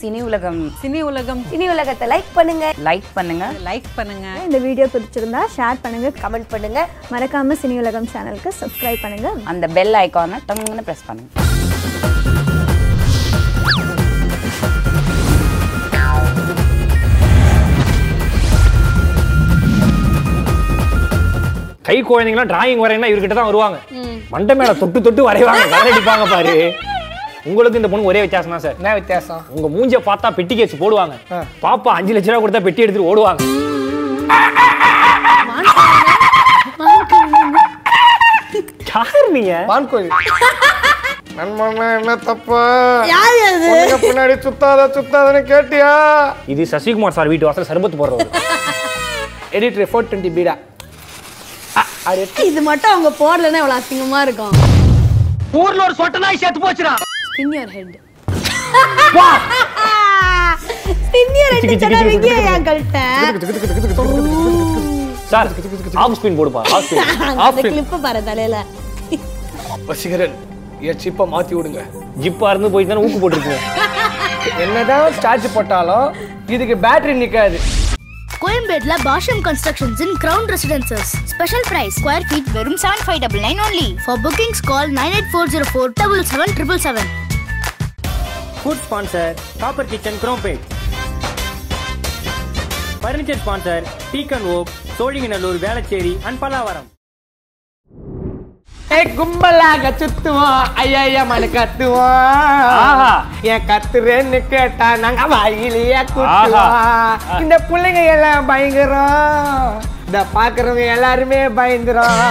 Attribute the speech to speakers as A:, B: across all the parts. A: Cine Ulagam
B: Cini Ulagam
C: சினி உலகத்தை like பண்ணுங்க
A: லைக் பண்ணுங்க
B: லைக் பண்ணுங்க
D: இந்த வீடியோ பிடிச்சிருந்தா ஷேர் பண்ணுங்க
C: கமெண்ட் பண்ணுங்க
D: மறக்காம சினி உலகம் சேனலுக்கு சப்ஸ்கிரைப் பண்ணுங்க
A: அந்த பெல் ஐக்கானை டங்குன்னு ப்ரெஸ் பண்ணுங்க
E: கை குழந்தைங்களாம் டிராயிங் வரையினா இவர்கிட்ட தான் வருவாங்க மண்டை மேல தொட்டு தொட்டு வரைவாங்க கலர் அடிப்பாங்க பாரு உங்களுக்கு இந்த பொண்ணு ஒரே வித்தியாசம் தான் சார்
F: என்ன வித்தியாசம்
E: உங்க மூஞ்ச பார்த்தா பெட்டி கேஸ் போடுவாங்க
F: ஆ.
E: பாப்பா அஞ்சு லட்ச ரூபா கொடுத்தா பெட்டி எடுத்துட்டு ஓடுவாங்க யார் நீங்க
F: வான்கோழி நண்பன்னா என்ன தப்பு பொண்ணுங்க பின்னாடி சுத்தாத சுத்தாதன்னு கேட்டியா
E: இது சசிகுமார் சார் வீட்டு வாசல் சர்பத் போடுறவர்
F: எடிட்டர் ஃபோர் டுவெண்ட்டி பீடா
G: இது மட்டும் அவங்க போடலன்னா இவ்வளவு அசிங்கமா இருக்கும்
E: ஊர்ல ஒரு சொட்ட நாய் சேர்த்து போச்சுடா
G: spin your head spin your
E: சிக்கு, சிக்கு,
G: ஹெட்
E: சிக்கு,
G: சொல்லாதீங்க
E: சிக்கு,
G: என் கழுத்தை
E: சார் ஆஃப் ஸ்பின் போடுப்பா ஆஃப் ஸ்பின்
G: அந்த கிளிப் பாரு தலையில
F: வசீகரன் என் சிப்பை மாத்தி விடுங்க
E: ஜிப்பா இருந்து போயிட்டு தானே ஊக்கு போட்டுருக்கீங்க
F: என்னதான் சார்ஜ் போட்டாலும் இதுக்கு பேட்டரி நிக்காது
H: கோயம்பேட்ல Bhashyam constructions in ground residences special price square feet வெறும் seven five double nine only for bookings call nine eight four zero four double seven triple seven
I: food sponsor copper kitchen Chromepet furniture sponsor டீக்கன் okay Sholinganallur Velachery and Pallavaram
F: ஏய் கும்பலாக சுத்துவோம் ஐயா ஐயா மனு கத்துவோம்
E: ஆஹா.
F: என் கத்துறேன்னு கேட்டா நாங்க வாயிலேயே குத்துவோம் இந்த பிள்ளைங்க எல்லாம் பயங்கரம் இந்த பாக்குறவங்க எல்லாருமே பயந்துரும்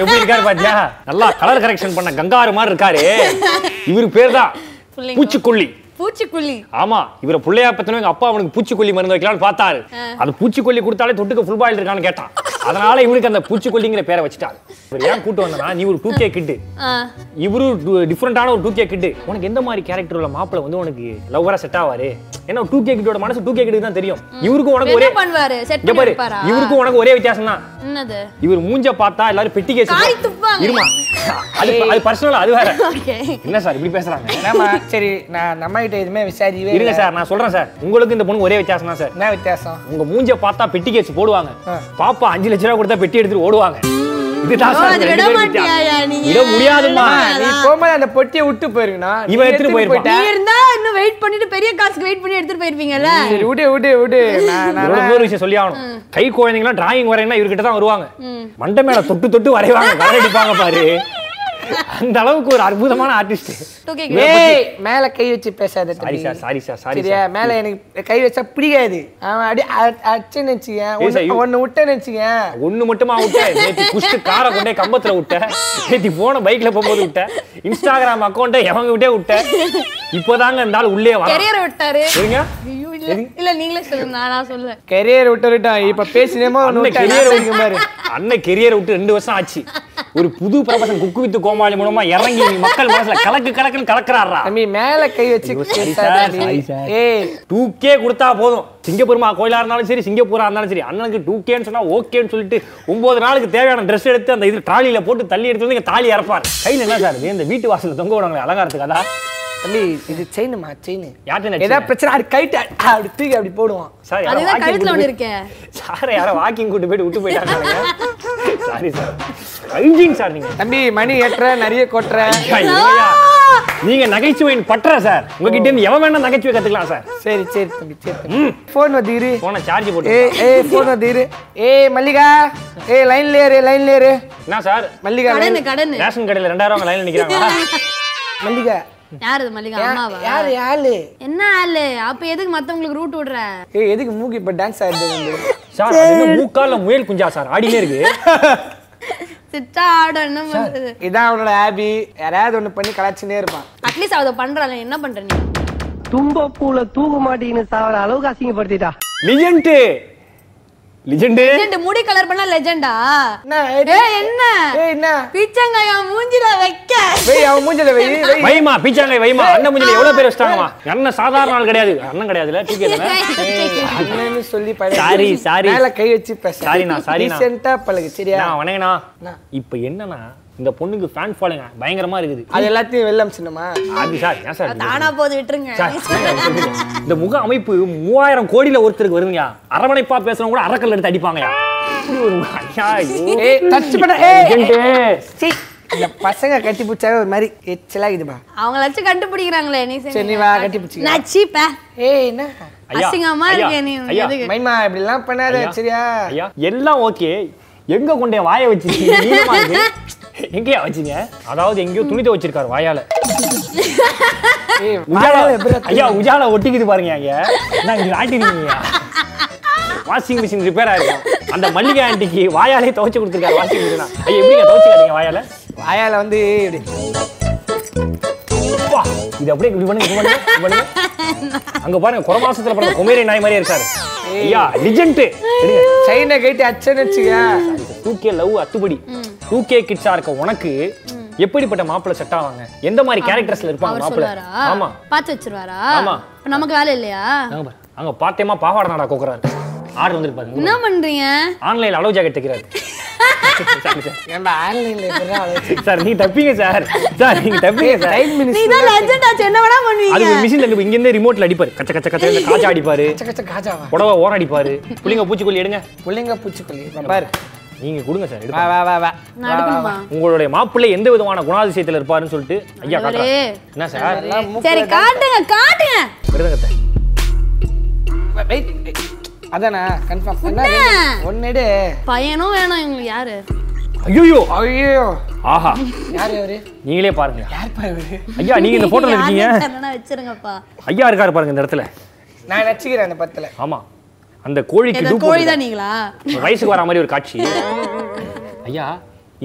E: எப்படி இருக்காரு பாத்தியா நல்லா கலர் கரெக்ஷன் பண்ண கங்காரு மாதிரி இருக்காரு இவர் பேர் தான் பூச்சிக்கொல்லி
B: பூச்சிக்குள்ளி
E: ஆமா இவர புள்ளையா பத்தின எங்க அப்பா அவனுக்கு பூச்சிக்கொல்லி மருந்து வைக்கலாம்னு பார்த்தாரு அது பூச்சிக்கொல்லி கொடுத்தாலே தொட்டுக்கு ஃபுல் பாயில் இருக்கான்னு கேட்டான் அதனால இவனுக்கு அந்த பூச்சிக்கொல்லிங்கிற பேரை வச்சுட்டாரு இவர் ஏன் கூட்டு வந்தனா நீ ஒரு டூ கே கிட்டு இவரு டிஃப்ரெண்டான ஒரு டூ கே கிட்டு உனக்கு எந்த மாதிரி கேரக்டர் உள்ள மாப்பிள்ள வந்து உனக்கு லவ்வரா செட் ஆவாரு ஏன்னா டூ கே கிட்டோட மனசு டூ கே கிட்டுக்கு தான் தெரியும் இவருக்கும் உனக்கு
B: என்ன
E: ஒரே
B: பண்ணுவாரு செட்
E: இங்க
B: பண்ணி
E: பாரு
B: வைப்பாரா
E: இவருக்கும் உனக்கு ஒரே வித்தியாசம் தான்
B: என்னது
E: இவர் மூஞ்ச பார்த்தா எல்லாரும் பெட்டி கேஸ்
B: காய் துப்பாங்க.
E: இருமா அது அது பர்சனல் அது வேற என்ன சார் இப்படி பேசுறாங்க
F: ஆமா சரி நான் நம்ம கிட்ட எதுவுமே விசாரிக்கவே
E: இருங்க
F: இல்லை.
E: சார் நான் சொல்றேன் சார் உங்களுக்கு இந்த பொண்ணு ஒரே வித்தியாசம் தான் சார்
F: என்ன வித்தியாசம்
E: உங்க மூஞ்ச பார்த்தா பெட்டி கேஸ் போடுவாங்க
F: ஆ.
E: பாப்பா அஞ்சு லட்ச ரூபா கொடுத்தா பெட்டி எடுத்துட்டு ஓடுவாங்க இதுதான்
G: ஓ,
E: சார்
G: அது
E: ரெண்டு
G: விட
E: பேரும்
G: மாட்டியாயா
E: வித்தியாசம்.
G: நீ?
E: விட முடியாதுமா
F: ஆ, நீ போகும்போது அந்த பொட்டியை விட்டு போயிருக்கா
E: இவன் எடுத்துட்டு போயிருப்பான்.
F: போயிட்டா
G: நீ இருந்தா இன்னும் வெயிட் பண்ணிட்டு பெரிய காசுக்கு வெயிட் பண்ணி எடுத்துட்டு போயிருப்பீங்கல்ல
F: சரி விடு விடு விடு நான் நான்-
E: ஒரு ஒரு விஷயம் சொல்லி ஆகணும் கை குழந்தைங்களாம் டிராயிங் வரையினா இவர்கிட்ட தான் வருவாங்க மண்டை மேல தொட்டு தொட்டு வரைவாங்க கலர் அடிப்பாங்க பாரு அந்த அளவுக்கு ஒரு அற்புதமான ஆர்டிஸ்ட்
F: ஏய் மேல கை வச்சு பேசாத
E: சாரி
F: தம்பி.
E: சார் சாரி சார் சாரி
F: சரியா
E: சார்
F: மேல எனக்கு கை வச்சா பிடிக்காது அவன் அப்படியே அ- அடிச்சேன்னு வச்சுக்கேன்
E: ஏய் சார்,
F: ஒன்னு-
E: you-
F: ஒன்னு விட்டேன்னு வச்சுக்கேன்
E: ஒண்ணு மட்டுமா விட்ட நேத்தி குஷ்டு காரை கொண்டே கம்பத்துல விட்ட நேத்தி போன பைக்ல போகும்போது விட்ட இன்ஸ்டாகிராம் அக்கௌண்ட்டை எவங்க விட்டே விட்ட இப்போதாங்க இந்த ஆள் உள்ளே வர
B: கெரியர் விட்டாரு
E: சரிங்க
G: ஐயோ, இல்ல இல்ல நீங்களே சொல்லுங்க நான் நான் சொல்லுவேன்
F: கெரியர் விட்டுட்டான் இப்ப பேசினேமா ஒன்னு
E: அண்ணன் கெரியர்
F: விட்டேன் பாரு
E: அண்ணன் கெரியரை விட்டு ரெண்டு வருஷம் ஆச்சு ஒரு புது ப்ரொஃபஷன் குக்கு வித்து கோமாளி மூலமா இறங்கி மக்கள் மனசுல கலக்கு கலக்குன்னு கலக்குறாரா
F: தம்பி மேல கை வச்சு
E: ஐயோ, sorry
F: பேசாத
E: sir,
F: நீ.
E: sorry sir.
F: ஏய்
E: டூ கே கொடுத்தா போதும் சிங்கப்பூர்மா கோயிலா இருந்தாலும் சரி சிங்கப்பூரா இருந்தாலும் சரி அண்ணனுக்கு டூ கேன்னு சொன்னா ஓகேன்னு சொல்லிட்டு ஒன்பது நாளுக்கு தேவையான ட்ரெஸ் எடுத்து அந்த இது ட்ராலியில போட்டு தள்ளி எடுத்து வந்து இங்க தாலி இறப்பார் கையில என்ன சார் இது? இந்த வீட்டு வாசல்ல தொங்க விடுவாங்களே அலங்காரத்துக்கு அதான்
F: தம்பி இது செயினுமா செயின்
E: யார்கிட்ட நடிச்சீங்க?
F: ஏதாவது பிரச்சனை அது கைட்டு அப்படி தூக்கி அப்படி போடுவான்
E: சார் யாரோ
G: அதுதான்
E: walking
G: கழுத்துல
E: கூட்டு
G: ஒண்ணு
E: போய்-
G: இருக்கே
E: சார் யாரோ வாக்கிங் கூட்டு போயிட்டு விட்டு போயிட்டாங்க சாரி சார் ஹைஜீன் சார் நீங்க
F: தம்பி மணி ஏற்ற நிறைய கொட்டுற
E: ஐயா, இல்லையா? நீங்க நகைச்சுவையின் பற்ற சார் உங்ககிட்ட இருந்து எவன் வேணா நகைச்சுவை கத்துக்கலாம் சார்
F: சரி சரி தம்பி சரி தம்பி ஃபோன் வந்து இரு
E: போன சார்ஜ் போட்டு
F: ஏ ஏ ஃபோன் வந்து இரு ஏய் மல்லிகா ஏய் லைன்ல ஏறு லைன்ல ஏறு
E: என்ன சார்
F: மல்லிகா line-
G: கடனு கடனு
E: ரேஷன் கடையில ரெண்டாயிரம் ரூபாய் லைன்ல நிக்கிறாங்களா
F: மல்லிகா
G: யார் இது மல்லிகா அம்மாவா
F: யாரு யாரு
G: என்ன ஆளு அப்ப எதுக்கு மத்தவங்களுக்கு ரூட் விடுற
F: ஏய் எதுக்கு மூக்கு இப்ப டான்ஸ் ஆடுது வந்து
E: சார் அது என்ன மூக்கால முயல் குஞ்சா சார் ஆடினே இருக்கு
G: சிட்டா ஆடம் என்ன பண்றது
F: இதான் அவனோட ஹாபி யாராவது ஒண்ணு பண்ணி கலாச்சினே இருப்பான்
G: அட்லீஸ்ட் அவ பண்றாள் என்ன பண்ற நீ
E: லிஜெண்ட் லிஜெண்ட்
G: லெஜெண்ட் முடி கலர் பண்ணா லெஜெண்டா
F: என்ன ஏய்,
G: ஏய் என்ன
F: ஏய் என்ன
G: பிச்சங்காயா மூஞ்சில வைக்க
F: வெய் அவன் மூஞ்சல வெய் வெய்
E: வைமா பீச்சாங்கை வைமா அண்ணன் முஞ்சில எவ்வளவு பேர் வச்சிட்டாங்கம்மா அண்ணன் சாதாரண ஆள் கிடையாது அண்ணன் கிடையாதுல டீ கேட்கல
F: அண்ணன்னு சொல்லி பழகு
E: Sorry, sorry.
F: மேல கை வச்சு பேச
E: Sorry, நான் sorry, நான்.
F: ரீசெண்டா பழகு சரியா
E: நான் வணங்கண்ணா
F: என்ன?
E: இப்ப என்னன்னா இந்த பொண்ணுக்கு ஃபேன் ஃபாலோங்க பயங்கரமா இருக்குது
F: அது எல்லாத்தையும் வெளில அமிச்சிடணுமா
E: அது சார் ஏன் சார் இப்படி
G: தானா போது விட்டுருங்க
E: சார், இந்த முக அமைப்பு மூவாயிரம் கோடியில ஒருத்தருக்கு வருதுங்க அரவணைப்பா பேசுறவங்க கூட அரக்கல் எடுத்து அடிப்பாங்கயா இப்படி ஒரு முக- ஐயா, ஐயோ.
F: ஏய் டச் பண்ண ஏய்
E: ஏஜென்ட்டு.
F: சீ, இந்த பசங்க கட்டி பிடிச்சாவே ஒரு மாதிரி எச்சலாகுதுப்பா
G: அவங்களாச்சும் கண்டுபிடிக்கிறாங்களே நீ
F: சரி, நீ வா, கட்டி பிடிச்சிக்க.
G: நான் சீப்ப
F: ஏய் என்ன
E: ஐயா,
G: அசிங்கமா
E: ஐயா,
G: இருக்கே நீ
E: ஐயா,
G: எதுக்கு?
F: மைமா இப்படிலாம் பண்ணாத
E: ஐயா.
F: சரியா
E: ஐயா, எல்லாம் ஓகே எங்க கொண்டே வாயை வச்சிருக்கீங்க நீளமா இருக்கு. எங்கேயா வச்சீங்க அதாவது எங்கேயோ துணி துவச்சிருக்காரு வாயால
F: ஏய்,
E: உஜாலா
F: வாயால எப்படி ரத்தம்
E: ஐயா உஜாலா ஒட்டிக்குது பாருங்க ஐயா நான் இங்க ஆட்டிருக்கீங்க வாஷிங் மிஷின் ரிப்பேர் ஆயிருக்கும் அந்த மல்லிகை ஆண்டிக்கு வாயாலே துவைச்சு கொடுத்துருக்காரு வாஷிங் மிஷினா ஐயா எப்படிங்க துவைச்சுக்காதீங்க வாயால
F: வாயால வந்து இப்படி
E: அப்பா, இது அப்படியே இப்படி பண்ணுங்க இப்படி பண்ணுங்க, இப்படி பண்ணுங்க அங்க பாருங்க குறை மாசத்துல பாருங்க குமேரி நாய் மாதிரியே இருக்காரு ஐயா லிஜெண்ட்
F: சைனை கட்டி அச்சன்னு வச்சுக்க
E: டூ கே லவ் அத்துபடி டூ கே கிட்ஸா இருக்க உனக்கு எப்படிப்பட்ட மாப்பிள்ளை செட் ஆவாங்க எந்த மாதிரி கேரக்டர்ஸ்ல இருப்பாங்க
G: அவர்
E: மாப்பிள்ளை
G: சொல்லுவாரா
E: ஆமா
G: பார்த்து வச்சிருவாரா
E: ஆமா.
G: அப்ப நமக்கு வேலை இல்லையா
E: அங்க பாரு. அங்க பாத்தியமா பாவாடை நாடா கோக்குறாரு ஆர்டர் வந்திருப்பாரு
G: என்ன பண்றீங்க
E: ஆன்லைன்ல அளவு ஜாக்கெட் தைக்கிறாரு சாரி, சார்.
F: ஏன்டா ஆன்லைன்ல
E: சார் நீங்க தப்பீங்க சார் சார் நீங்க தப்பீங்க சார்
F: டைம்
G: நீ
F: மினிஸ்டர்
G: தான் லெஜண்ட் ஆச்சு என்ன வேணா
E: அது
G: பண்ணுவீங்க
E: ஒரு மிஷின் தள்ளி இங்க இருந்தே ரிமோட்ல அடிப்பாரு கச்ச கச்ச கச்ச இந்த காஜா அடிப்பாரு
F: கச்ச காஜாவா
E: புடவை ஓரம் அடிப்பாரு புள்ளிங்க பூச்சிக்கொல்லி எடுங்க
F: புள்ளைங்க பூச்சிக்கொல்லி இங்க பாரு
E: நீங்க கொடுங்க சார்
F: வா
E: எடுங்க
F: வா வா வா
G: நான் எடுக்கணுமா
E: உங்களுடைய மாப்பிள்ளை எந்த விதமான குணாதிசயத்துல இருப்பாருன்னு சொல்லிட்டு ஐயா
G: நல்லவரே.
E: காட்டுறேன் என்ன சார்
F: எல்லாம் மூக்குல
G: சரி காட்டுங்க காட்டுங்க
E: விருதங்கத்தை
F: டா- வெயிட், வெயிட். அதானா கன்ஃபார்ம் பண்ணா ஒன்னேடு
G: பையனும் வேணும் இவங்களுக்கு யாரு
E: ஐயோ
F: ஐயோ
E: ஆஹா
F: யார் இவரு
E: நீங்களே பாருங்க
F: யார் பாரு இவரு
E: ஐயா நீங்க இந்த போட்டோல இருக்கீங்க
G: யாருன்னு தெரியலனா வச்சிருங்கப்பா
E: ஐயா இருக்காரு பாருங்க இந்த இடத்துல
F: நான் நச்சுக்கிறேன் அந்த படத்துல
E: ஆமா அந்த கோழிக்கு
G: ஏதோ
E: டூப்
G: கோழி
E: போட்டுருக்காரு.
G: தான் நீங்களா
E: ஒரு வயசுக்கு வர மாதிரி ஒரு காட்சி ஐயா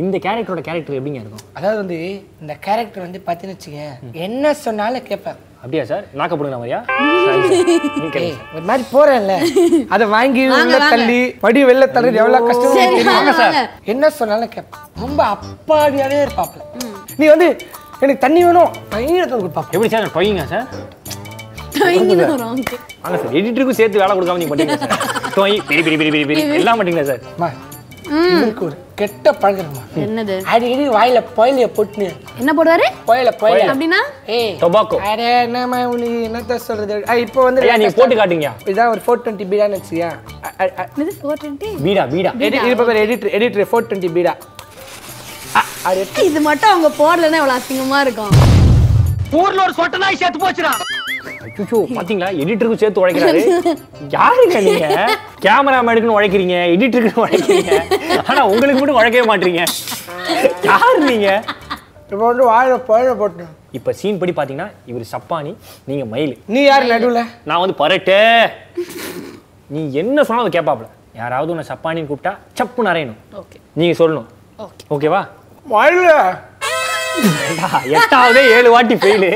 E: இந்த கேரக்டரோட கேரக்டர் எப்படிங்க இருக்கும்
F: அதாவது வந்து இந்த கேரக்டர் வந்து பார்த்தீங்கன்னு வச்சுக்கேன் என்ன சொன்னாலும் கேட்பேன்
E: அப்படியா சார் நாக்கப்படுங்க மாதிரியா
F: ஏய், ஒரு மாதிரி போறேன்ல அதை வாங்கி உள்ள தள்ளி படி வெளில தள்ளி எவ்வளவு கஷ்டம்
G: சரி,
F: தெரியுமா?
G: வாங்க, வாங்க.
F: என்ன சொன்னாலும் கேட்பேன் ரொம்ப அப்பாடியாவே இருப்பாப்ல நீ வந்து எனக்கு தண்ணி வேணும் பையன் எடுத்து கொடுப்பாப்ப
E: எப்படி சார் டொய்ங்க சார்
G: இங்கதான் வரும் அவங்க.
E: வாங்க சார் எடிட்டருக்கும் சேர்த்து வேலை கொடுக்காம நீங்க பண்ணீங்க சார் டொய் பெரிய பெரிய பெரிய பெரிய பெரிய எல்லாம் மாட்டீங்களா சார்
F: அம்மா, இவருக்கு ஒரு கெட்ட பழகிறமா
G: என்னது
F: அடிக்கடி வாயில புயலைய பொட்டுனு
G: என்ன போடுவாரு
F: புயல புயல
G: அப்படின்னா
F: ஏய்
E: டொபாக்கோ
F: அடே என்னம்மா உனக்கு என்னத்த சொல்றது ஆ, இப்போ வந்து
E: ஐயா நீங்க போட்டு காட்டுங்க
F: இதான் ஒரு ஃபோர் டுவெண்ட்டி பீடான்னு வச்சுக்கியா
G: இது ஃபோர் டுவெண்ட்டி
E: வீடா வீடா
F: இது பாரு எடிட்டர் எடிட்டர் ஃபோர் டுவெண்ட்டி பீடா ஆ, அது
G: இது மட்டும் அவங்க போடலன்னா எவ்வளவு அசிங்கமா இருக்கும்
E: அச்சோ பாத்தீங்களா எடிட்டருக்கும் சேர்த்து உழைக்கிறாரு யாருங்க நீங்க கேமராமேனுக்குன்னு உழைக்கிறீங்க எடிட்டருக்குன்னு உழைக்கிறீங்க ஆனா உங்களுக்கு மட்டும் உழைக்கவே மாட்டீங்க யார் நீங்க
F: இப்போ வந்து வாயில புயல போட்டுனு
E: இப்ப சீன் படி பாத்தீங்கன்னா இவர் சப்பானி நீங்க மயில்
F: நீ யார் நடுவுல
E: நான் வந்து பரட்டே நீ என்ன சொன்னாலும் அதை கேட்பாப்ல யாராவது உன்னை சப்பானின்னு கூப்பிட்டா சப்புன்னு அரையணும்
G: ஓகே
E: நீங்க சொல்லணும் ஓகேவா
F: மயில
E: ஏண்டா, எட்டாவதே ஏழு வாட்டி ஃபெயிலு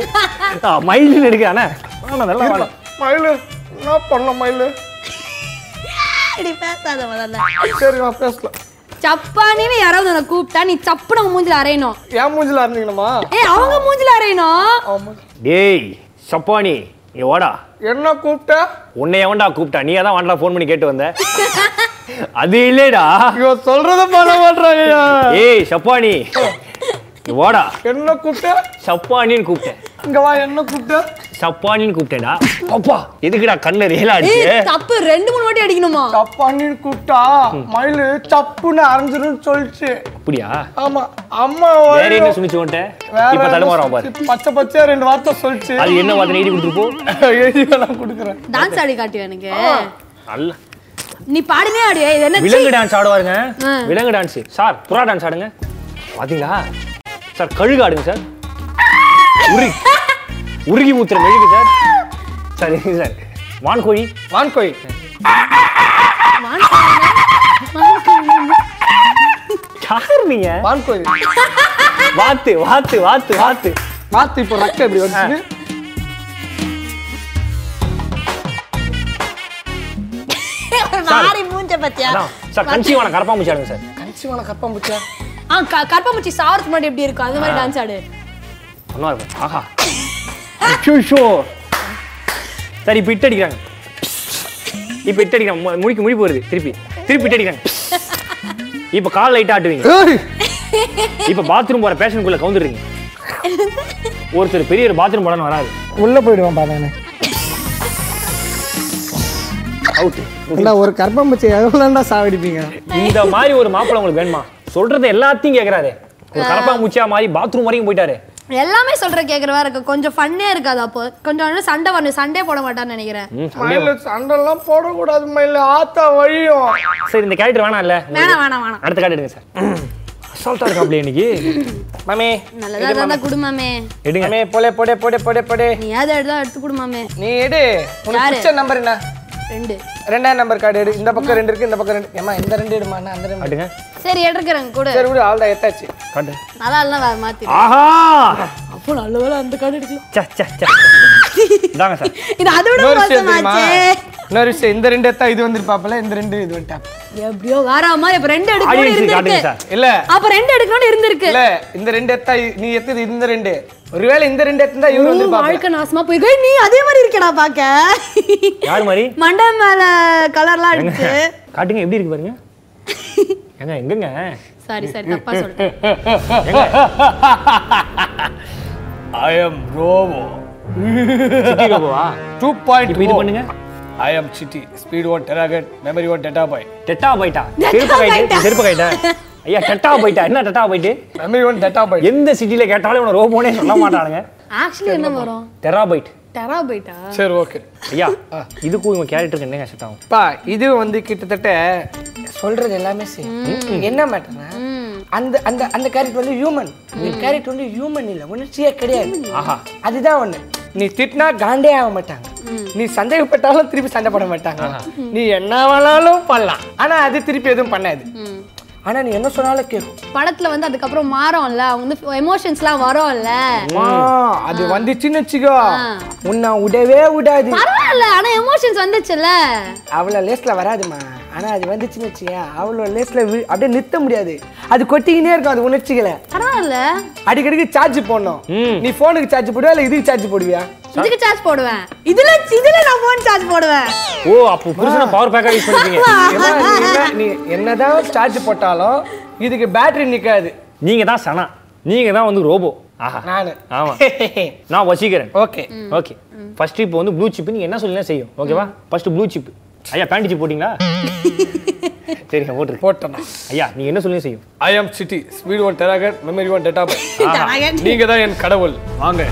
E: மயில்னு இருக்கு ஆனா ஆனா நல்லா வாழ
F: மயில என்ன பண்ண மயில
G: இப்படி பேசாத முதல்ல
F: சரி நான் பேசலாம்
G: சப்பானின்னு யாராவது உன்னை கூப்பிட்டா நீ சப்பு நம்ம மூஞ்சில அரையணும்
F: என் மூஞ்சில இருந்தீங்கம்மா
G: ஏய் அவங்க மூஞ்சில அரையணும்
F: ஆமா
E: டேய் சப்பானி நீ வாடா
F: என்ன கூப்பிட்டா
E: உன்னை எவன்டா கூப்பிட்டா நீ தான் வாண்டா ஃபோன் பண்ணி கேட்டு வந்த அது இல்லைடா
F: இவன் சொல்றத பண்ண மாட்டாங்க
E: ஏய் சப்பானி நீ வாடா
F: என்ன கூப்பிட்டா
E: சப்பானின்னு கூப்பிட்டேன்
F: இங்க வா என்ன கூப்பிட்டா
E: சப்பானின்னு கூப்பிட்டேடா அப்பா எதுக்குடா கண்ணு ரீலா
G: ஏய்
E: அடிச்சு
G: சப்பு ரெண்டு மூணு வாட்டி அடிக்கணுமா
F: தப்பான்னு கூப்பிட்டா மயிலு தப்புன்னு அரைஞ்சிருன்னு சொல்லிச்சு
E: அப்படியா
F: ஆமா அம்மா
E: வேற
F: வேற
E: என்ன சுனிச்சு உன்ட்ட இப்ப தடுமாறான் பாரு
F: பச்சை பச்சையா ரெண்டு வார்த்தை சொல்லிச்சு
E: அது என்ன வார்த்தை நீடி கொடுத்துருப்போ
F: எழுதி நான் கொடுக்குறேன்
G: டான்ஸ் ஆடி காட்டுவ எனக்கு
E: நல்ல
G: நீ பாடுமே ஆடு இது என்ன சீ?
E: விலங்கு டான்ஸ் ஆடுவாருங்க
G: ஆ.
E: விலங்கு டான்ஸ் சார் புறா டான்ஸ் ஆடுங்க பாத்தீங்களா சார் கழுகு ஆடுங்க சார் உருகி உருகி மூத்திர மெழுகு சார் சார் இருங்க சார் வான்கோழி
F: வான்கோயில்
E: யார் நீங்க
F: வான்கோயில்
E: வாத்து வாத்து வாத்து வாத்து
F: மாத்து இப்போ ரக்க இப்படி வந்து
G: ஒரு மாறி மூஞ்ச பத்தியா
E: அதான், சார் கன்சீவான கரப்பா முடிச்சாடுங்க சார்
F: கன்சிவான கப்பம் பிடிச்சா
G: ஆ க- கற்பமூச்சி சாவறதுக்கு முன்னாடி எப்படி இருக்கும் அந்த மாதிரி டான்ஸ் ஆடு
E: ஒன்றா இருக்கும் ஆஹா ஷூ சரி இப்போ இட்டு அடிக்கிறாங்க இப்போ இட்டு அடிக்கிறாங்க மு- முடிக்கு முடி போகுது திருப்பி திருப்பி இட்டு அடிக்கிறாங்க இப்போ கால் லைட்டாக ஆட்டுவீங்க இப்ப பாத்ரூம் போற பேஷனுக்குள்ள கவுந்துடுறீங்க ஒருத்தர் பெரிய ஒரு பாத்ரூம் போடணும் வராது
F: உள்ள போயிடுவேன் பா நானு
E: அவுட்
F: என்ன ஒரு கர்ப்பம் வச்சு எவ்வளோண்டா சாவடிப்பீங்க
E: இந்த மாதிரி ஒரு மாப்பிளை உங்களுக்கு வேணுமா சொல்றது எல்லாத்தையும் கேக்குறாரு ஒரு கரப்பா மூச்சியா மாதிரி பாத்ரூம் வரைக்கும் போயிட்டாரு
G: எல்லாமே சொல்ற கேக்குறவா இருக்கு கொஞ்சம் ஃபன்னே இருக்காது அப்போ கொஞ்சம் வந்து சண்டை வரணும் சண்டே போட மாட்டான்னு நினைக்கிறேன்
E: ம், சந்தேகம்.
F: மயில சண்டெல்லாம் போடக்கூடாது மயில ஆத்தா வழியும்
E: சரி இந்த கேரக்டர் வேணாம் இல்ல
G: வேணாம் வேணாம் வேணாம்
E: அடுத்த கார்டு எடுங்க சார் அசால்ட்டா இருக்கா அப்படியே இன்னைக்கு
F: மாமே
G: நல்லதா இருந்தா குடுமாமே
E: எடுங்க
F: மாமே போலே போடே போடே போடே போடே
G: நீ ஏதாவது எடுத்தா எடுத்து குடுமாமே
F: நீ எடு உனக்கு
G: யாரு?
F: பிடிச்ச நம்பர் என்ன
G: ரெண்டு
F: ரெண்டாம் நம்பர் கார்டு எடு இந்த பக்கம் ரெண்டு இருக்கு இந்த பக்கம் ரெண்டு ஏமா இந்த ரெண்டு எடுமா நான் அந்த ரெண்டு
E: காட்டுங்க
G: சரி எடுக்கிறேன் கூட
F: சரி விடு ஆல்டா எத்தாச்சு
E: காட்டு
G: நல்லா இல்லைன்னா வேற மாத்தி
E: ஆஹா
G: அப்போ நல்ல வேலை அந்த கார்டு எடுக்கலாம்
E: ச ச ச இதாங்க சார்
G: இது அதை விட
F: இன்னொரு விஷயம் தெரியுமா
G: மோசமாச்சே
F: இன்னொரு விஷயம் இந்த ரெண்டு எத்தா இது வந்திருப்பாப்ல இந்த ரெண்டு இது வந்துட்டான்
G: எப்படியோ வேற மாதிரி இப்ப ரெண்டு எடுக்கணும்னு
E: ஆடியன்ஸ்
G: இருந்திருக்கு
E: காட்டுங்க சார்
F: இல்ல
G: அப்ப ரெண்டு எடுக்கணும்னு இருந்திருக்கு
F: இல்ல இந்த ரெண்டு எத்தா இ- நீ எத்தது இந்த ரெண்டு ஒருவேளை இந்த ரெண்டு எத்தா இவரு
G: உன்
F: வந்திருப்பாப்ல
G: வாழ்க்கை நாசமா போய் நீ அதே மாதிரி இருக்கடா பாக்க
E: யார் மாதிரி
G: மண்டை மேல கலர்லாம் அடிச்சு
E: காட்டுங்க எப்படி இருக்கு பாருங்க ஏங்க எங்கங்க
G: சாரி சாரி தப்பா சொல்லிட்டேன்
F: ஐ எம் ரோபோ
E: சிட்டில போவா
F: டூ பாயிண்ட்
E: இப்போ இது பண்ணுங்க
F: I am Chitti speed one terahertz memory one zettabyte
E: டெட்டா போயிட்டா செருப்பு கைட்டு செருப்பு கைட்டா ஐயா டெட்டா போயிட்டா என்ன டெட்டா போயிட்டு
F: மெமரி ஓன் டேட்டா பாய்
E: எந்த சிட்டில கேட்டாலும் இவனை ரோபோனே சொல்ல மாட்டானுங்க
G: ஆக்சுவலி என்ன வரும்
E: டெராபைட்
G: டெரா போயிட்டா
F: சரி ஓகே
E: ஐயா இதுக்கும் இவன் கேரக்டருக்கு என்னங்க செட் ஆகும்
F: பா இது வந்து கிட்டத்தட்ட சொல்றது எல்லாமே சேம் என்ன மேட்டர்னா அந்த அந்த அந்த கேரக்டர் வந்து ஹியூமன் இந்த கேரக்டர் வந்து ஹியூமன் இல்ல உணர்ச்சியே கிடையாது
E: ஆஹா
F: அதுதான் ஒண்ணு நீ திட்டினா காண்டே ஆக மாட்டாங்க நீ சந்தேகப்பட்டாலும் திருப்பி சண்டை போட மாட்டாங்க நீ என்ன வேணாலும் பண்ணலாம் ஆனா அது திருப்பி எதுவும் பண்ணாது ஆனா நீ என்ன சொன்னாலும் கேட்கும்
G: படத்துல வந்து அதுக்கப்புறம் மாறும்ல அவங்க வந்து எமோஷன்ஸ்லாம் வரும்ல
F: ஆ, அது வந்துச்சுன்னு வச்சுக்கோ உன்னை விடவே விடாது
G: பரவாயில்ல ஆனா எமோஷன்ஸ் வந்துச்சுல்ல
F: அவ்வளோ லேஸ்ல வராதுமா ஆனா அது வந்துச்சுன்னு வச்சுக்கேன் அவ்வளோ லேஸ்ல வி- அப்படியே நிறுத்த முடியாது அது கொட்டிக்கினே இருக்கும் அது உணர்ச்சிகளை
G: பரவாயில்ல
F: அடிக்கடிக்கு சார்ஜ் போடணும் நீ போனுக்கு சார்ஜ் போடுவியா இல்ல இதுக்கு சார்ஜ் போடுவியா
G: இதுக்கு சார்ஜ் போடுவேன் இதுல இதுல நான் போன் சார்ஜ் போடுவேன்
E: ஓ அப்போ புருஷனை பவர் பேக்கா யூஸ் பண்ணிருக்கீங்க
F: ஏம்மா, நீ என்ன- நீ என்னதான் சார்ஜ் போட்டாலும் இதுக்கு பேட்டரி நிக்காது
E: நீங்க தான் சனா நீங்க தான் வந்து ரோபோ ஆஹா
F: நானு
E: ஆமா நான் வசீகரன்
F: ஓகே
E: ஓகே ஃபர்ஸ்ட் இப்போ வந்து ப்ளூ சிப் நீங்க என்ன சொல்லுங்க செய்யும் ஓகேவா ஃபர்ஸ்ட் ப்ளூ சிப் ஐயா பேண்ட் சிப் போட்டீங்களா சரிங்க போட்டுருக்கு
F: போட்டோம்
E: ஐயா நீங்க என்ன சொல்லுங்க செய்யும்
F: I am Chitti speed one terahertz memory one டேட்டா நீங்க தான் என் கடவுள் வாங்க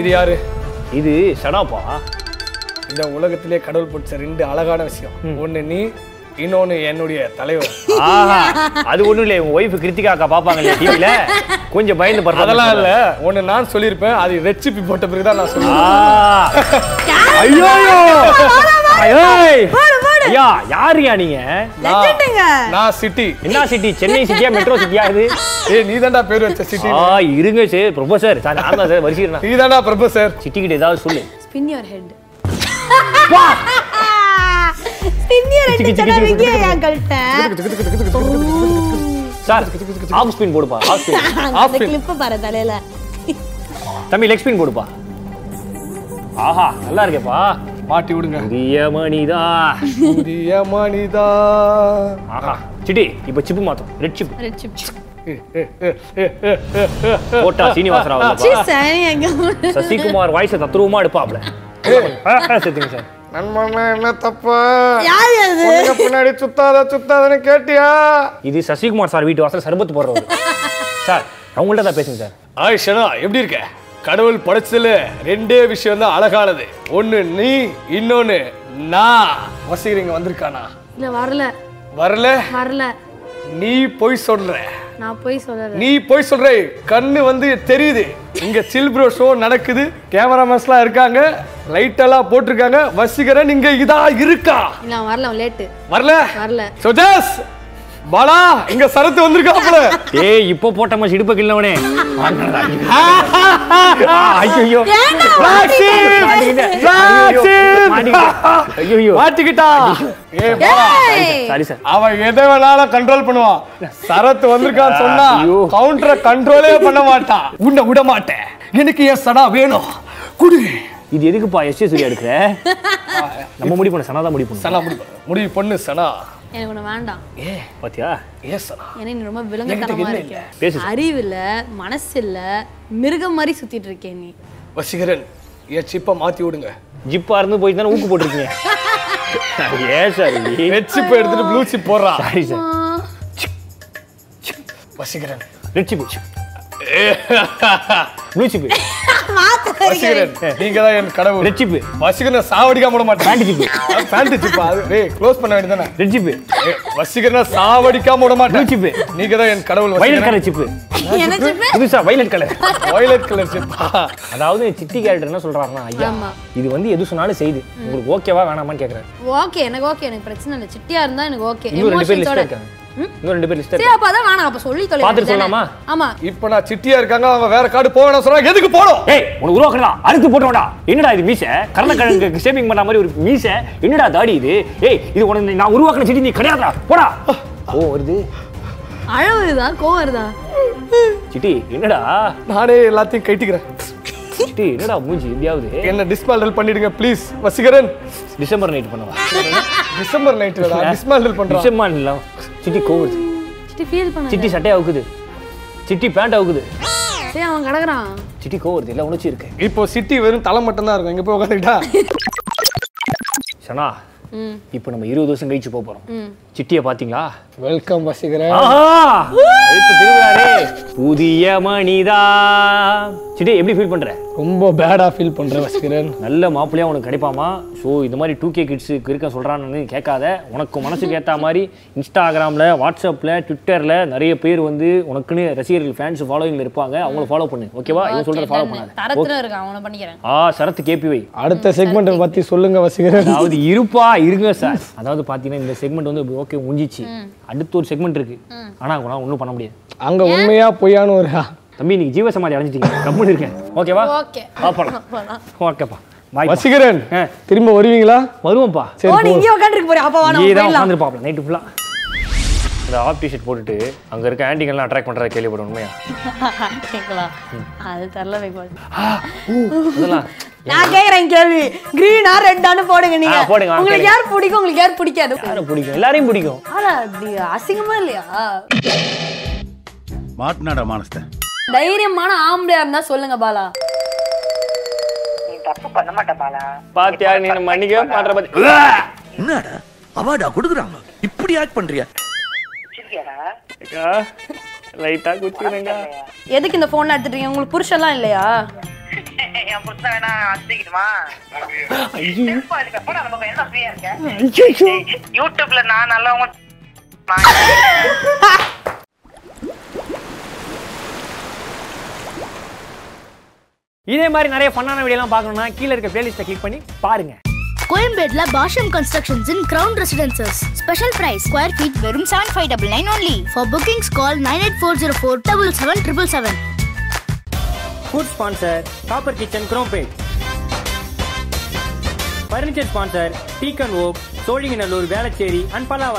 F: இது யாரு
E: இது சடாப்பா
F: இந்த உலகத்திலே கடவுள் பிடிச்ச ரெண்டு அழகான விஷயம் ஒண்ணு நீ இன்னொன்னு என்னுடைய தலைவர்
E: ஆஹா அது ஒண்ணும் இல்ல உங்க ஒய்ஃப் கிருத்திகா அக்கா பாப்பாங்க டிவில கொஞ்சம் பயந்து படுறாங்க
F: அதெல்லாம் இல்ல ஒண்ணு நான் சொல்லியிருப்பேன் அது ரெச்சிப்பி போட்ட பிறகு தான் நான் சொல்லுவேன்
E: ஆ. ஐயோ ஐயோ ஐயா யாருயா நீங்க
F: நான்- நான் சிட்டி
E: என்ன சிட்டி சென்னை சிட்டியா மெட்ரோ சிட்டியா இது
F: ஏய் நீ தான்டா பேர் வச்ச சிட்டி
E: ஆ இருங்க சார் ப்ரொஃபசர் சார் நான் தான் சார் வரிசீரனா
F: நீ தான்டா ப்ரொஃபசர்
E: சிட்டி கிட்ட ஏதாவது சொல்லு
G: spin your head spin your
E: கிச்சு,
G: ஹெட்
E: கிச்சு,
G: சொன்னா
E: கிச்சு,
G: விக்கியா என் கழுத்தை
E: சார் ஆஃப் ஸ்பின் போடுப்பா ஆஃப் ஸ்பின்
G: அந்த கிளிப்பு பாரு தலையில
E: தம்பி லெக் ஸ்பின் போடுப்பா ஆஹா நல்லா இருக்கேப்பா
F: மாட்டி விடுங்க
E: புதிய மணிதா
F: புதிய மனிதா
E: ஆஹா சிட்டி இப்ப சிப்பு மாத்தோம் ரெட் சிப்
G: ரெட் சிப்
E: போட்டா சீனிவாசராவ் இல்லப்பா.
G: சீஸ் எங்க
E: சசிகுமார் வாய்ஸ் தத்ரூபமா எடுப்பாப்ல ஆ, ஆ, சரிங்க சார்
F: நண்பன்னா என்ன தப்பு
G: யார் அது
F: பொண்ணுங்க பின்னாடி சுத்தாத சுத்தாதன்னு கேட்டியா
E: இது சசிகுமார் சார் வீட்டு வாசல் சர்பத் போடுறவர் சார் அவங்கள்ட்ட தான் பேசுங்க சார்
F: ஆய் ஷனா எப்படி இருக்க கடவுள் படைச்சதுல ரெண்டே விஷயம் தான் அழகானது ஒன்னு நீ இன்னொன்னு நான் வசீகர் இங்க வந்திருக்கானா
G: இல்ல வரல
F: வரல
G: வரல
F: நீ பொய் சொல்ற
G: நான் போய் சொல்லல
F: நீ பொய் சொல்ற கண்ணு வந்து தெரியுது இங்க சில்ப்ரோ ஷோ நடக்குது கேமராமேன்ஸ்லாம் இருக்காங்க லைட் எல்லாம் போட்டிருக்காங்க வசீகரன் இங்க இதா இருக்கா
G: நான் வரல லேட்டு
F: வரல
G: வரல.
F: சுஜாஸ் பாலா இங்க சரத்து வந்திருக்காப்ல
E: ஏய் இப்போ போட்ட மாதிரி இடுப்ப கிள்ளவனே ஐயோ
F: ராட்சி! ராட்சி!
E: ஐயோ
F: மாட்டிக்கிட்டா ஏ பாலா
E: சாரி சார்
F: அவன் எதை வேணாலும் கண்ட்ரோல் பண்ணுவான் சரத் வந்திருக்கான்னு சொன்னா கவுண்டரை கண்ட்ரோலே பண்ண மாட்டான் உன்னை விட மாட்டேன் எனக்கு என் சடா வேணும் குடு
E: இது எதுக்குப்பா எஸ்ஏ சூர்யா எடுக்கிற நம்ம முடி பண்ண சனாதான் முடி பண்ணு
F: சனா முடிவு முடிவு பண்ணு சனா
G: எனக்கு ஒண்ணு வேண்டாம்
J: ஏ
E: பாத்தியா
J: ஏசலாம்
G: ஏன்னா நீ ரொம்ப விளங்கத்தனமா
J: என்கிட்ட
G: இருக்க
E: பேசு சார்.
G: அறிவு இல்ல மனசு இல்ல மிருகம் மாதிரி சுத்திட்டு இருக்கே நீ
J: வசீகரன் என் சிப்பை மாத்தி விடுங்க
E: ஜிப்பா இருந்து போயிட்டு தானே ஊக்கு போட்டிருக்கீங்க ஏன் சார் இது?
J: ரெட் சிப்பை எடுத்துட்டு ப்ளூ சிப் போடுறா
E: sorry sir
J: Vaseegaran
E: red chip blue chip
J: Vaseegaran நீங்க தான் என் கடவுள்
E: ரெட் சிப்பு
J: வசீகரன் சாவடிக்காம விட மாட்டேன்
E: பேண்ட் சிப்பு
J: பேண்ட் சிப்பா அது ஏய் க்ளோஸ் பண்ண வேண்டியதானே
E: ரெட் சிப்பு
J: வசீகரனா சாவடிக்காம விட மாட்டேன்
E: Blue chip.
J: நீங்க தான் என் கடவுள்
E: வைலட்
J: வசீகரன்
E: கலர் சிப்பு புதுசா வைலட் கலர்
J: வயலட் கலர் சிப்பா
E: அதாவது சிட்டி கேரக்டர் என்ன சொல்றாருன்னா ஐயா
G: ஆமா.
E: இது வந்து எது சொன்னாலும் செய்து உங்களுக்கு ஓகேவா வேணாமான்னு கேக்குறாரு
G: ஓகே எனக்கு ஓகே எனக்கு பிரச்சனை இல்ல சிட்டியா இருந்தா எனக்கு ஓகே
E: இன்னும் ரெண்டு பேர் லிஸ்ட்
G: எமோஷன்ஸோட
E: இருக்காங்க இன்னும் ரெண்டு பேர் லிஸ்ட்
G: சரி
E: இருக்காங்க
G: அப்ப அதான் வேணாம் அப்ப சொல்லி தொலை
E: பார்த்துட்டு
G: வேண்டியதுதானே.
E: சொல்லலாமா?
G: ஆமா
J: இப்ப நான் சிட்டியா இருக்காங்க அவங்க வேற காடு போவேன்னு சொல்றாங்க எதுக்கு போனோம்
E: ஏய் உனக்கு உருவாக்குறா அறுத்து போட்டோம்டா என்னடா இது மீசை கருணக்கிழங்கு ஷேவிங் பண்ண மாதிரி ஒரு மீசை என்னடா தாடி இது ஏய் இது உனக்கு நான் உருவாக்குன செடி நீ கிடையாதுடா போடா ஓ வருது
G: அழவுதா கோவம் வருதா
E: சிட்டி என்னடா
J: நானே எல்லாத்தையும் கைட்டிக்கிறேன்
E: சிட்டி என்னடா மூஞ்சி இந்தியாவது
J: என்ன டிஸ்மாண்டல் பண்ணிடுங்க ப்ளீஸ் வசீகரன்
E: டிசம்பர் நைட் பண்ணுவா
J: டிசம்பர் நைட்ல டிஸ்மாண்டல் பண்றேன்
E: டிசம்பர் இல்லை சிட்டி கோவுது
G: சிட்டி ஃபீல் பண்ண
E: சிட்டி சட்டை அவுக்குது சிட்டி பேண்ட் அவுக்குது
G: சரி அவன் கிடக்குறான்
E: சிட்டி கோவுது எல்லாம் உணர்ச்சி இருக்கு
J: இப்போ சிட்டி வெறும் தலை மட்டும் தான் இருக்கும் இங்க போய் உட்காந்துக்கிட்டா
E: சனா இப்போ நம்ம இருபது வருஷம் கழிச்சு போக போறோம் சிட்டியை பாத்தீங்களா
J: வெல்கம் வசீகரன்
E: அடுத்து திருவிழாரே. புதிய மனிதா சிட்டி எப்படி ஃபீல் பண்ற
J: ரொம்ப பேடா ஃபீல் பண்றேன் வசீகரன்
E: நல்ல மாப்பிள்ளையா உனக்கு கிடைப்பாமா ஸோ இந்த மாதிரி டூ கே கிட்ஸுக்கு இருக்க சொல்கிறான்னு கேட்காத உனக்கு மனசுக்கு ஏற்ற மாதிரி இன்ஸ்டாகிராமில் வாட்ஸ்அப்பில் ட்விட்டரில் நிறைய பேர் வந்து உனக்குன்னு ரசிகர்கள் ஃபேன்ஸ் ஃபாலோவிங்கில் இருப்பாங்க அவங்கள ஃபாலோ பண்ணு ஓகேவா இவன் சொல்கிற ஃபாலோ பண்ணாத ஓகே.
K: தரத்துல இருக்கான் அவனை பண்ணிக்கிறேன்
E: ஆ சரத்து கேபிவை
J: அடுத்த செக்மெண்ட் பத்தி சொல்லுங்க வசீகரன்
E: அதாவது இருப்பா இருங்க சார் அதாவது பார்த்தீங்கன்னா இந்த செக்மெண்ட் வந்து ஓகே முடிஞ்சிச்சு அடுத்து ஒரு செக்மெண்ட் இருக்கு ஆனால் உனால் ஒன்றும் பண்ண முடியாது
J: அங்க உண்மையா பொய்யான்னு ஒரு
E: தம்பி நீங்க ஜீவசமாதி அடைஞ்சிட்டீங்க கம்முன்னு இருக்கேன் ஓகேவா
G: ஓகே
E: பார்ப்பலாம் ஓகேப்பா பாய்
J: வசீகரன்
E: ஆ.
J: திரும்ப வருவீங்களா
E: வருவோம்ப்பா
J: சரி போ.
K: இங்கே உட்காந்துருக்கு போறேன் அப்பா
E: இங்கே தான் உட்காந்துருப்பாப்ல நைட்டு ஃபுல்லாக இந்த ஆஃப் டிஷர்ட் போட்டுட்டு அங்க இருக்க ஆண்டிகள்லாம் அட்ராக்ட் பண்ணுற கேள்விப்படும் உண்மையா
K: கேட்கலாம் அது தரல வைப்பாது
E: அதெல்லாம்
K: நான் கேக்குறேன் கேள்வி கிரீனா ரெட்டானு போடுங்க நீங்க
E: ஆ, போடுங்க, வாங்க,
K: உங்களுக்கு
E: கேளுங்க.
K: யார் பிடிக்கும் உங்களுக்கு யார் பிடிக்காது
E: யாரை பிடிக்கும் எல்லாரையும் பிடிக்கும்
K: ஆனா அப்படி அசிங்கமா இல்லையா
L: மாட்டினாடா மானஸ்தன்
G: தைரியமான ஆம்பளையா இருந்தா சொல்லுங்க பாலா
M: நீ தப்பு பண்ண மாட்டே பாலா
E: பாத்தியா நீ நம்ம மன்னிக்கவே மாட்ற பத்தி
L: என்னடா அவார்டா கொடுக்குறாங்க இப்படி ஆக்ட் பண்றியா
E: லைட்டாக குச்சிக்கிறேங்க
G: எதுக்கு இந்த போன்ல எடுத்துட்டீங்க உங்களுக்கு புருஷன்லாம் இல்லையா
M: என் புருஷன் வேணா அசிக்கிடுமா போட நம்ம என்ன ஃப்ரீயா இருக்க யூடியூப்ல நான் நல்லவங்க
E: இதே மாதிரி நிறைய ஃபன்னான வீடியோலாம் பார்க்கணும்னா கீழே இருக்க பிளேலிஸ்ட்டை click பண்ணி பாருங்க
H: கோயம்பேட்ல Bhashyam constructions in ground residences special price square feet வெறும் seven five double nine only for bookings call nine eight four zero four double seven triple seven
N: food sponsor copper kitchen Chromepet furniture sponsor டீக்கன் okay Sholinganallur Velachery and Pallavaram